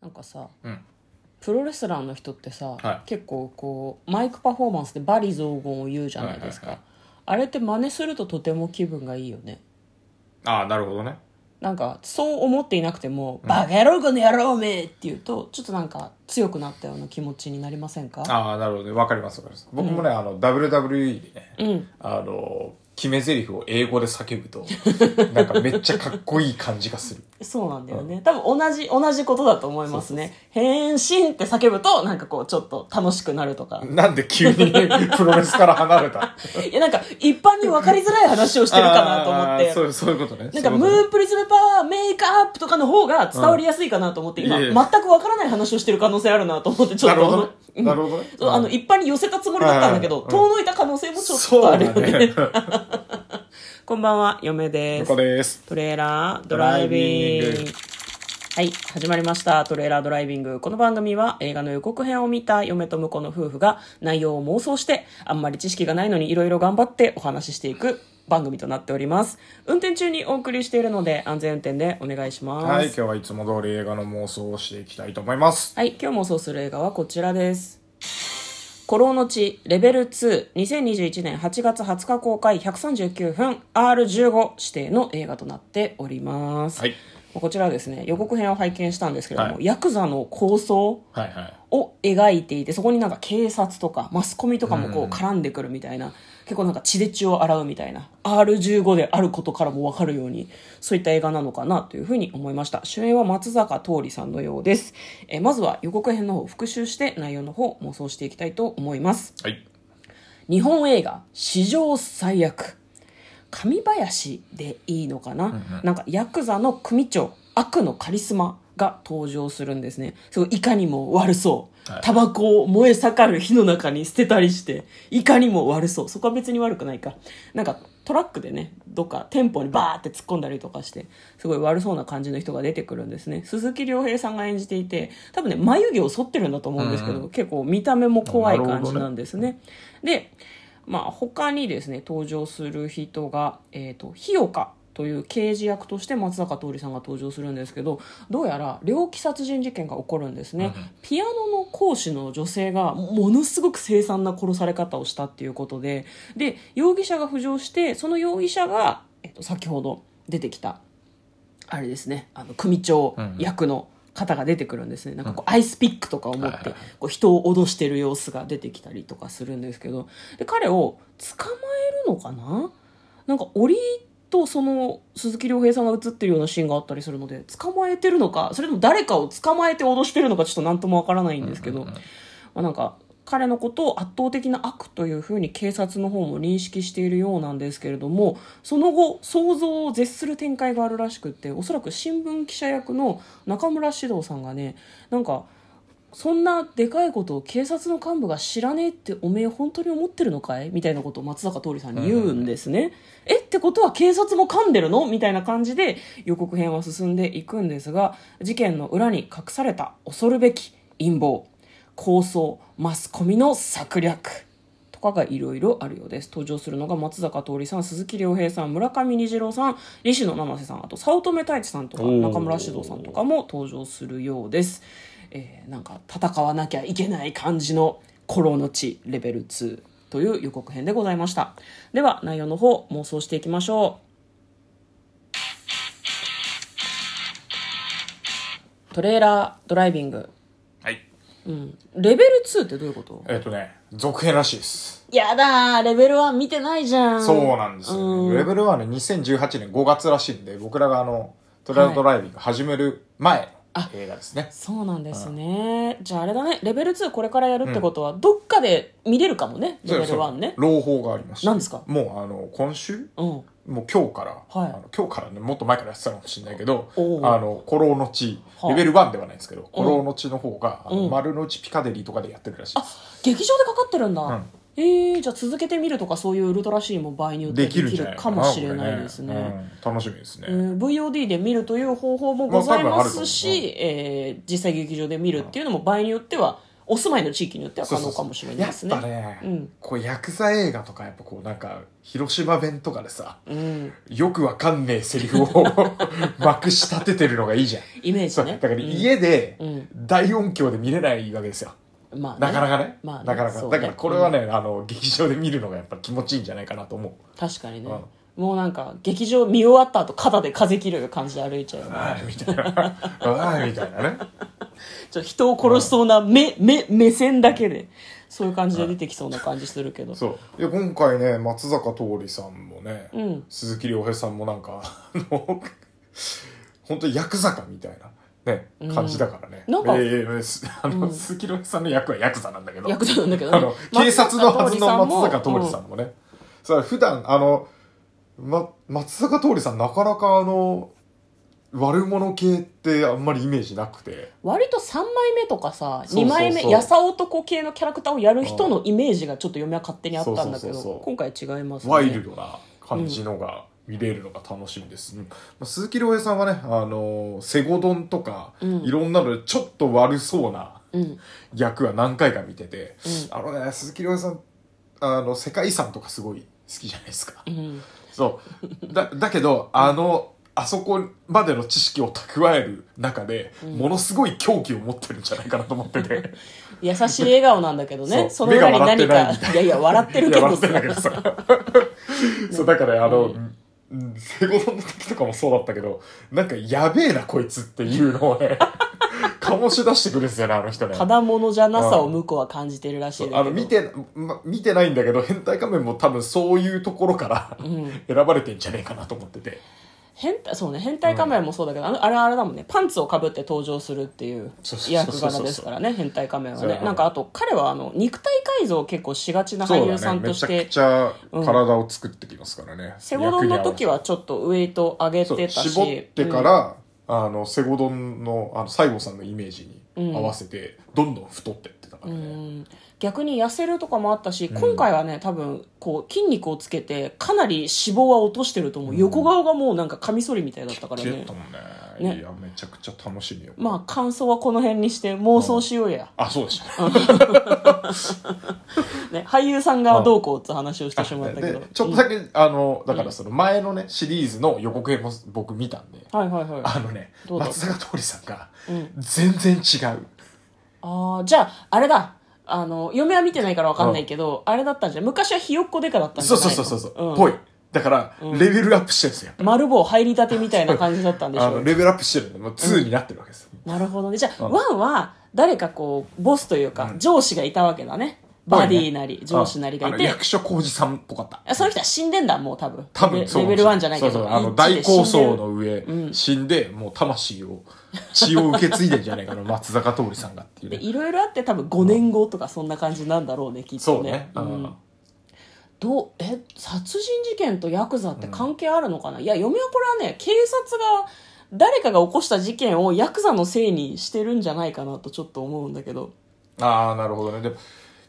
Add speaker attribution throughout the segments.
Speaker 1: なんかさ
Speaker 2: うん
Speaker 1: プロレスラーの人ってさ、
Speaker 2: はい
Speaker 1: 結構こうマイクパフォーマンスでバリ雑言を言うじゃないですか、
Speaker 2: はいは
Speaker 1: あれって真似するととても気分がいいよね
Speaker 2: ああなるほどね
Speaker 1: なんかそう思っていなくても「バカ野郎この野郎おめえ!」って言うとちょっとなんか強くなったような気持ちになりませんか
Speaker 2: ああなるほどねわかりますわかります僕もね、あの WWE でね、
Speaker 1: うん
Speaker 2: あの決め台詞を英語で叫ぶと なんかめっちゃかっこいい感じがする
Speaker 1: そうなんだよね、多分同じ同じことだと思いますね変身って叫ぶとなんかこうちょっと楽しくなるとか
Speaker 2: なん で急にプロレスから離れた
Speaker 1: いやなんか一般に分かりづらい話をしてるかなと思っ
Speaker 2: あー
Speaker 1: て
Speaker 2: そうそういうことね
Speaker 1: なんか、
Speaker 2: そういう
Speaker 1: ム
Speaker 2: ことね
Speaker 1: ーンプリズムパワーメイクアップとかの方が伝わりやすいかなと思って、
Speaker 2: うん
Speaker 1: 今、
Speaker 2: いえいえ
Speaker 1: 全くわからない話をしてる可能性あるなと思って、ちょっ
Speaker 2: なる
Speaker 1: と。
Speaker 2: ほどね
Speaker 1: うん
Speaker 2: なるほどね
Speaker 1: そうあの、一般に寄せたつもりだったんだけど、
Speaker 2: はいはい
Speaker 1: 遠のいた可能性もちょっ
Speaker 2: そう
Speaker 1: とあ
Speaker 2: だ
Speaker 1: るよね。
Speaker 2: ね
Speaker 1: こんばんは、嫁で
Speaker 2: 向
Speaker 1: す
Speaker 2: こう。 です
Speaker 1: トレーラードライビング
Speaker 2: ドライビング
Speaker 1: はい始まりましたトレーラードライビングこの番組は映画の予告編を見た嫁と婿の夫婦が内容を妄想してあんまり知識がないのにいろいろ頑張ってお話ししていく番組となっております運転中にお送りしているので安全運転でお願いします
Speaker 2: はい今日はいつも通り映画の妄想をしていきたいと思います
Speaker 1: はい、今日妄想する映画はこちらです。古老の地レベル2、2021年8月20日公開139分 R15 指定の映画となっております。
Speaker 2: はい
Speaker 1: こちらはですね、予告編を拝見したんですけれども、
Speaker 2: は
Speaker 1: ヤクザの構想
Speaker 2: はいはい
Speaker 1: を描いていて、そこになんか警察とかマスコミとかもこう絡んでくるみたいな、結構なんか血で血を洗うみたいな、R15 であることからもわかるように、そういった映画なのかなというふうに思いました。主演は松坂桃李さんのようです。えーまずは予告編の方を復習して内容の方を妄想していきたいと思います。
Speaker 2: はい
Speaker 1: 日本映画史上最悪神林でいいのかな、なんかヤクザの組長悪のカリスマが登場するんですねすごいいかにも悪そう、
Speaker 2: はい
Speaker 1: タバコを燃え盛る火の中に捨てたりしていかにも悪そうそこは別に悪くないかなんかトラックでねどっか店舗にバーって突っ込んだりとかしてすごい悪そうな感じの人が出てくるんですね鈴木亮平さんが演じていて多分ね眉毛を剃ってるんだと思うんですけど、結構見た目も怖い感じなんですね。で、まあ、他にですね登場する人が、えー、と日岡という刑事役として松坂桃李さんが登場するんですけどどうやら猟奇殺人事件が起こるんですね、ピアノの講師の女性がものすごく凄惨な殺され方をしたっていうことでで容疑者が浮上してその容疑者が、えー、と先ほど出てきたあれですねあの組長役の方が出てくるんですね、なんかこうアイスピックとかを持っ
Speaker 2: はいはい
Speaker 1: て
Speaker 2: は
Speaker 1: こう人を脅してる様子が出てきたりとかするんですけどで彼を捕まえるのかななんか檻とその鈴木亮平さんが映ってるようなシーンがあったりするので捕まえてるのかそれとも誰かを捕まえて脅してるのかちょっと何ともわからないんですけど、まあ、なんか彼のことを圧倒的な悪というふうに警察の方も認識しているようなんですけれどもその後想像を絶する展開があるらしくっておそらく新聞記者役の中村獅童さんがねなんかそんなでかいことを警察の幹部が知らねえっておめえ本当に思ってるのかいみたいなことを松坂桃李さんに言うんですね。えってことは警察も噛んでるのみたいな感じで予告編は進んでいくんですが事件の裏に隠された恐るべき陰謀構想マスコミの策略とかがいろいろあるようです登場するのが松坂桃李さん鈴木亮平さん村上虹郎さん西野七瀬さんあと早乙女太一さんとか
Speaker 2: おー
Speaker 1: 中村獅童さんとかも登場するようです、えーなんか戦わなきゃいけない感じの「古老の地レベル2」という予告編でございましたでは内容の方妄想していきましょうトレーラードライビング
Speaker 2: はい
Speaker 1: レベル2ってどういうこと
Speaker 2: えっ、とね続編らしいです
Speaker 1: やだーレベル1見てないじゃん
Speaker 2: そうなんですよ、レベルはね、2018年5月らしいんで、僕らがあの、トライアルドライビング始める前の映画ですね。
Speaker 1: そうなんですね、じゃああれだねレベル2これからやるってことは、どっかで見れるかもねレ
Speaker 2: そう
Speaker 1: ベル1ね
Speaker 2: そう朗報がありまして。
Speaker 1: 何ですか
Speaker 2: もうあの、今週
Speaker 1: うん
Speaker 2: もう今日から、
Speaker 1: はい
Speaker 2: あの今日からね、もっと前からやってたのかもしれないけど、あ
Speaker 1: おう
Speaker 2: の、古老の地、
Speaker 1: はあ
Speaker 2: レベル1ではないんですけど、古老の地の方が、あの
Speaker 1: うん
Speaker 2: 丸の内ピカデリーとかでやってるらしいで
Speaker 1: あ
Speaker 2: す。
Speaker 1: 劇場でかかってるんだ、
Speaker 2: ん
Speaker 1: えー、じゃあ続けてみるとかそういうウルトラシーンも場合によって
Speaker 2: で
Speaker 1: は
Speaker 2: きる
Speaker 1: で
Speaker 2: ん
Speaker 1: き
Speaker 2: じゃない
Speaker 1: る
Speaker 2: か
Speaker 1: かもしれない
Speaker 2: こ
Speaker 1: ですね
Speaker 2: うん楽しみですね。
Speaker 1: えー VOD で見るという方法もございますし、
Speaker 2: まあ多分あると
Speaker 1: えー実際劇場で見るっていうのも場合によってはお住まいの地域によっては
Speaker 2: そう
Speaker 1: 可
Speaker 2: そう
Speaker 1: 能
Speaker 2: そ
Speaker 1: か
Speaker 2: う
Speaker 1: もしれないですね
Speaker 2: やっぱね、
Speaker 1: うん
Speaker 2: こうヤクザ映画とかやっぱこうなんか広島弁とかでさ
Speaker 1: うん、
Speaker 2: よくわかんねえセリフを まくし立ててるのがいいじゃん、
Speaker 1: イメージ
Speaker 2: そう
Speaker 1: ね
Speaker 2: だから家で
Speaker 1: うん
Speaker 2: 大音響で見れないわけですよ
Speaker 1: うんまあね、
Speaker 2: なかなかね,、
Speaker 1: まあね
Speaker 2: なかなか、
Speaker 1: そうね
Speaker 2: だからこれはね、あの劇場で見るのがやっぱ気持ちいいんじゃないかなと思う
Speaker 1: 確かにね、
Speaker 2: う
Speaker 1: もうなんか劇場見終わった後肩で風切る感じで歩いちゃうよね
Speaker 2: ああ みたいなああみたいなね
Speaker 1: ちょっと人を殺しそうな目、目目線だけでそういう感じで出てきそうな感じするけど、
Speaker 2: そういや今回ね松坂桃李さんもね、
Speaker 1: うん
Speaker 2: 鈴木亮平さんもなんかあの 本当にヤクザかみたいな、ね、感じだからね、
Speaker 1: なんか
Speaker 2: ええええすあの鈴木亮平さんの役はヤクザなんだけど
Speaker 1: ヤクザなんだけどね
Speaker 2: あの警察のはずの松坂桃李さ
Speaker 1: うん
Speaker 2: もね、それは普段あの、ま、松坂桃李さんなかなかあの悪者系ってあんまりイメージなくて
Speaker 1: 割と3枚目とかさ
Speaker 2: そうそうそう
Speaker 1: 2枚目やさ男系のキャラクターをやる人のイメージがちょっと嫁は勝手にあったんだけ
Speaker 2: そうそうそうそ
Speaker 1: ど
Speaker 2: う
Speaker 1: 今回違いますね
Speaker 2: ワイルドな感じのが見れるのが楽しみです、うんまあ鈴木亮平さんはね、あのーセゴドンとか、
Speaker 1: うん
Speaker 2: いろんなのでちょっと悪そうな
Speaker 1: うん
Speaker 2: 役は何回か見てて、
Speaker 1: う
Speaker 2: あのね鈴木亮平さんあの世界遺産とかすごい好きじゃないですか
Speaker 1: うん
Speaker 2: そうだだけどあのあそこまでの知識を蓄える中で、ものすごい狂気を持ってるんじゃないかなと思ってて
Speaker 1: 優しい笑顔なんだけどねそ
Speaker 2: そ
Speaker 1: うの裏に何
Speaker 2: 目が笑
Speaker 1: か
Speaker 2: って
Speaker 1: いやいや笑ってるけ
Speaker 2: いや
Speaker 1: ど
Speaker 2: 笑って
Speaker 1: さ
Speaker 2: ないけどさ そうだからあの、うんセゴドンの時とかもそうだったけどなんかやべえなこいつっていうのを ね醸し出してくるんですよねあの人ね
Speaker 1: ただものじゃなさを向こうは感じてるらしい
Speaker 2: そ
Speaker 1: ん
Speaker 2: う
Speaker 1: だ
Speaker 2: あ
Speaker 1: け
Speaker 2: の
Speaker 1: ど
Speaker 2: 見て、ま、見てないんだけど変態仮面も多分そういうところから、
Speaker 1: ん
Speaker 2: 選ばれてんじゃねえかなと思ってて
Speaker 1: 変態そうね変態仮面もそうだけど、あのあれあれだもんねパンツをかぶって登場するっていう
Speaker 2: そうそうそう
Speaker 1: 役柄ですからね変態仮面は
Speaker 2: そうだ
Speaker 1: ね
Speaker 2: ね
Speaker 1: なんかあと彼はあの肉体改造を結構しがちな俳優さんとし
Speaker 2: そうだねめ
Speaker 1: て、
Speaker 2: ちゃくちゃ体を作ってきますからね、
Speaker 1: セゴドンの時はちょっとウエイト上げ
Speaker 2: そう
Speaker 1: てたし
Speaker 2: 絞ってから、あのセゴドンのあの西郷さんのイメージに合わせて、どんどん太ってってたか
Speaker 1: う
Speaker 2: らね、
Speaker 1: ん逆に痩せるとかもあったし、今回はね多分こう筋肉をつけてかなり脂肪は落としてると思う、横顔がもうなんかカミソリみたいだったから
Speaker 2: 切れ
Speaker 1: ね
Speaker 2: たもんね
Speaker 1: ね
Speaker 2: いやめちゃくちゃ楽しみよ、
Speaker 1: まあ感想はこの辺にして妄想しようや、
Speaker 2: あ、そうでした
Speaker 1: ね、俳優さんがどうこうって話をしてしまったけ
Speaker 2: で
Speaker 1: ど
Speaker 2: ちょっとだけ、あのだからその前のねシリーズの予告編も僕見たんで、
Speaker 1: はいはいはい
Speaker 2: あのね
Speaker 1: どうだ
Speaker 2: 松坂桃李さんが
Speaker 1: うん
Speaker 2: 全然違う、
Speaker 1: ああじゃああれだあの嫁は見てないから分かんないけど、あれだったんじゃん昔はひよっこデカだったんじゃ
Speaker 2: そう
Speaker 1: ない
Speaker 2: そうそうそうそう
Speaker 1: うん
Speaker 2: ぽいだから、レベルアップしてるんですよ
Speaker 1: 丸棒入りたてみたいな感じだったんでし
Speaker 2: あ
Speaker 1: ょ
Speaker 2: の
Speaker 1: う
Speaker 2: レベルアップしてるんでもう2になってるわけですよ、
Speaker 1: なるほどねじゃあ、
Speaker 2: うん
Speaker 1: ワンは誰かこうボスというか、
Speaker 2: うん
Speaker 1: 上司がいたわけだねバディなり、上司なりがい
Speaker 2: あの
Speaker 1: て
Speaker 2: 役所広司さんっぽかった
Speaker 1: あその人は死んでんだもう多分
Speaker 2: 多分
Speaker 1: レ
Speaker 2: そう
Speaker 1: レベル1じゃないけど
Speaker 2: そうそうあ
Speaker 1: 一
Speaker 2: の
Speaker 1: 致で死んで
Speaker 2: 大
Speaker 1: る
Speaker 2: 構想の上、死んでもう魂を血を受け継いでんじゃない かな松坂桃李さんがっていう
Speaker 1: で
Speaker 2: ね
Speaker 1: いろいろあって多分5年後とかそんな感じなんだろうねきっ
Speaker 2: そ
Speaker 1: と
Speaker 2: う
Speaker 1: ね
Speaker 2: ね、うん
Speaker 1: んどうえ殺人事件とヤクザって関係あるのかな、いや嫁はこれはね警察が誰かが起こした事件をヤクザのせいにしてるんじゃないかなとちょっと思うんだけど
Speaker 2: ああなるほどねでも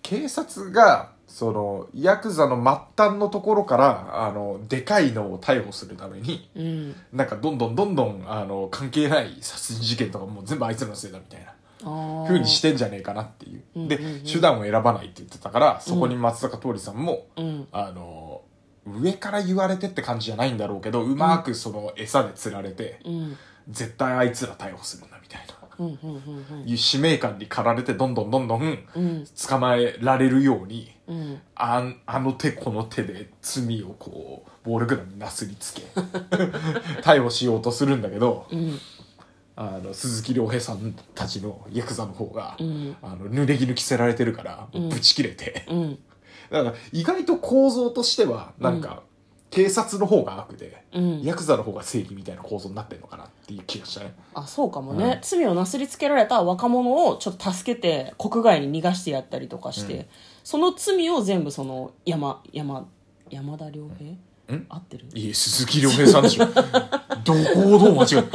Speaker 2: 警察がそのヤクザの末端のところからあのでかいのを逮捕するために
Speaker 1: うん
Speaker 2: なんかどんどんどんどんあの関係ない殺人事件とかもう全部あいつらのせいだみたいな
Speaker 1: あ
Speaker 2: ふうにしてんじゃねえかなっていう。
Speaker 1: うん
Speaker 2: で
Speaker 1: うんうん、
Speaker 2: 手段を選ばないって言ってたから、そこに松坂桃李さんも、
Speaker 1: うん
Speaker 2: あの、上から言われてって感じじゃないんだろうけど、うまくその餌で釣られて、
Speaker 1: うん
Speaker 2: 絶対あいつら逮捕するんだみたいな。
Speaker 1: うんうんうん
Speaker 2: いう使命感に駆られて、どんどんどんどん
Speaker 1: うん
Speaker 2: 捕まえられるように、
Speaker 1: うん
Speaker 2: あんあの手この手で罪をこう、暴力団になすりつ け、逮捕しようとするんだけど、
Speaker 1: うん
Speaker 2: あの鈴木亮平さんたちのヤクザの方が、
Speaker 1: ん
Speaker 2: あの濡れ衣着せられてるからぶち切れて、
Speaker 1: うん
Speaker 2: だから意外と構造としてはなんか、警察の方が悪で、
Speaker 1: うん
Speaker 2: ヤクザの方が正義みたいな構造になってるのかなっていう気がしたね
Speaker 1: あそうかもね、罪をなすりつけられた若者をちょっと助けて国外に逃がしてやったりとかして、その罪を全部その山山山田良平、
Speaker 2: うん
Speaker 1: 合ってる
Speaker 2: いえ鈴木亮平さんでしょ どこをどう間違える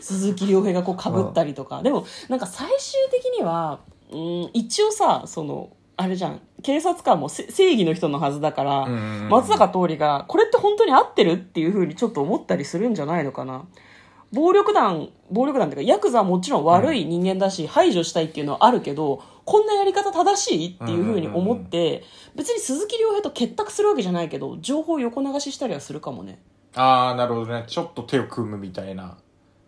Speaker 1: 鈴木亮平がこうかぶったりとか、でもなんか最終的には、うん、一応さそのあれじゃん警察官もせ正義の人のはずだから、
Speaker 2: んうんうん
Speaker 1: 松坂桃李がこれって本当に合ってるっていうふうにちょっと思ったりするんじゃないのかな暴力団暴力団っていうかヤクザはもちろん悪い人間だし、排除したいっていうのはあるけどこんなやり方正しいっていうふうに思って、別に鈴木亮平と結託するわけじゃないけど、情報を横流ししたりはするかもね。
Speaker 2: ああ、なるほどね。ちょっと手を組むみたいな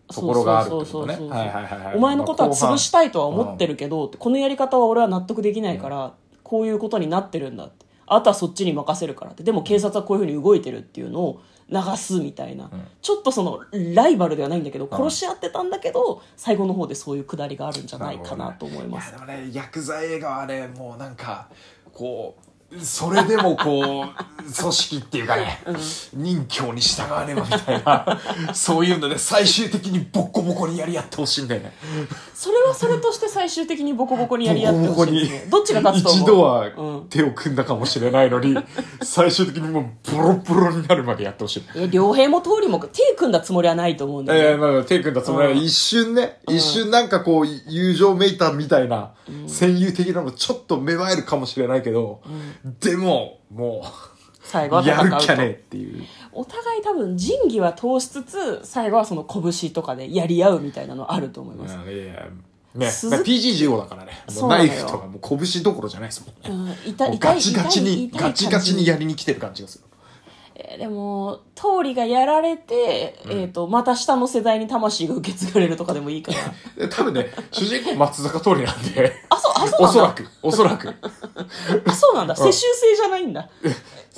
Speaker 2: ところがあるってことね。はいはいはいはい。
Speaker 1: お前のことは潰したいとは
Speaker 2: まあ
Speaker 1: 思ってるけど、このやり方は俺は納得できないから、こういうことになってるんだってあとはそっちに任せるからってでも警察はこういうふうに動いてるっていうのを流すみたいな、
Speaker 2: ん
Speaker 1: ちょっとそのライバルではないんだけど
Speaker 2: ん
Speaker 1: 殺し合ってたんだけど最後の方でそういうくだりがあるんじゃないかなと思います、
Speaker 2: なるほどねいやでもね薬剤映画はねもうなんかこうそれでもこう組織っていうかね、任侠に従わねばみたいなそういうので最終的にボッコボコにやり合ってほしいんだよね
Speaker 1: それはそれとして最終的にボコボコにやり合ってほしいですねど
Speaker 2: ボコボコに
Speaker 1: っちが勝つと思う
Speaker 2: 一度
Speaker 1: う
Speaker 2: は
Speaker 1: ん
Speaker 2: 手を組んだかもしれないのに、最終的にもうボロボロになるまでやってほしい
Speaker 1: え良平も通りも手組んだつもりはないと思うんだよね、
Speaker 2: ええまあ、手組んだつもりは
Speaker 1: うん
Speaker 2: 一瞬ね、一瞬なんかこう、友情めいたみたいな、戦友的なのちょっと芽生えるかもしれないけど、でも、も
Speaker 1: 最後は
Speaker 2: う、
Speaker 1: 戦
Speaker 2: や
Speaker 1: う
Speaker 2: る
Speaker 1: と
Speaker 2: きゃねえっていう。
Speaker 1: お互い多分仁義は通しつつ最後はその拳とかでやり合うみたいなのあると思い
Speaker 2: い
Speaker 1: ます、
Speaker 2: やいやね、
Speaker 1: 鈴
Speaker 2: まあ PG15 だからね、も
Speaker 1: そうう
Speaker 2: ナ
Speaker 1: なの
Speaker 2: イ
Speaker 1: よ
Speaker 2: フとかもう拳どころじゃないですもんね。
Speaker 1: うん、痛い
Speaker 2: も
Speaker 1: 痛
Speaker 2: う
Speaker 1: い
Speaker 2: ガチガ
Speaker 1: 痛
Speaker 2: チ
Speaker 1: い
Speaker 2: に、
Speaker 1: 痛い
Speaker 2: ガチガチにや
Speaker 1: 感
Speaker 2: りに来てる感じがする。
Speaker 1: じえーでも通りがやられて、えー、とまた下の世代に魂が受け継がれるとかでもいいから
Speaker 2: で多 分ね、主人公松坂通りなんで、
Speaker 1: あそうあそう
Speaker 2: お
Speaker 1: なん
Speaker 2: そ
Speaker 1: だ
Speaker 2: らく、おそらく。
Speaker 1: あそうなんだ世襲制じゃないんだ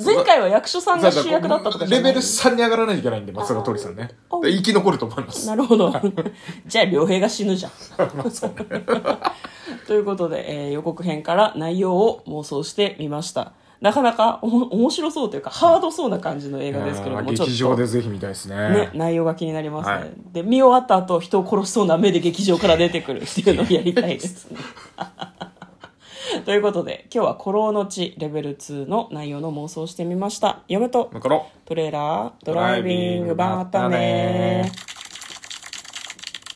Speaker 1: 前回は役所さんが主役だったとかじゃ
Speaker 2: レ
Speaker 1: ない
Speaker 2: ベル3に上がらないといけないんで、松坂通りさんね。
Speaker 1: あー
Speaker 2: で生き残ると思います。
Speaker 1: なるほど じゃあ良平が死ぬじゃん ということで、えー予告編から内容を妄想してみましたなかなかおも面白そうというかハードそうな感じの映画ですけれども
Speaker 2: うん
Speaker 1: ちょっ
Speaker 2: 劇場
Speaker 1: と、
Speaker 2: でぜひ見たいですね
Speaker 1: ね、内容が気になりますね、
Speaker 2: はい
Speaker 1: で見終わった後人を殺しそうな目で劇場から出てくるっていうのをやりたいです ねということで今日は「孤老の地レベル2」の内容の妄想をしてみました嫁と
Speaker 2: だから
Speaker 1: トレーラードライビング
Speaker 2: ドライビング
Speaker 1: またね
Speaker 2: またね
Speaker 1: ー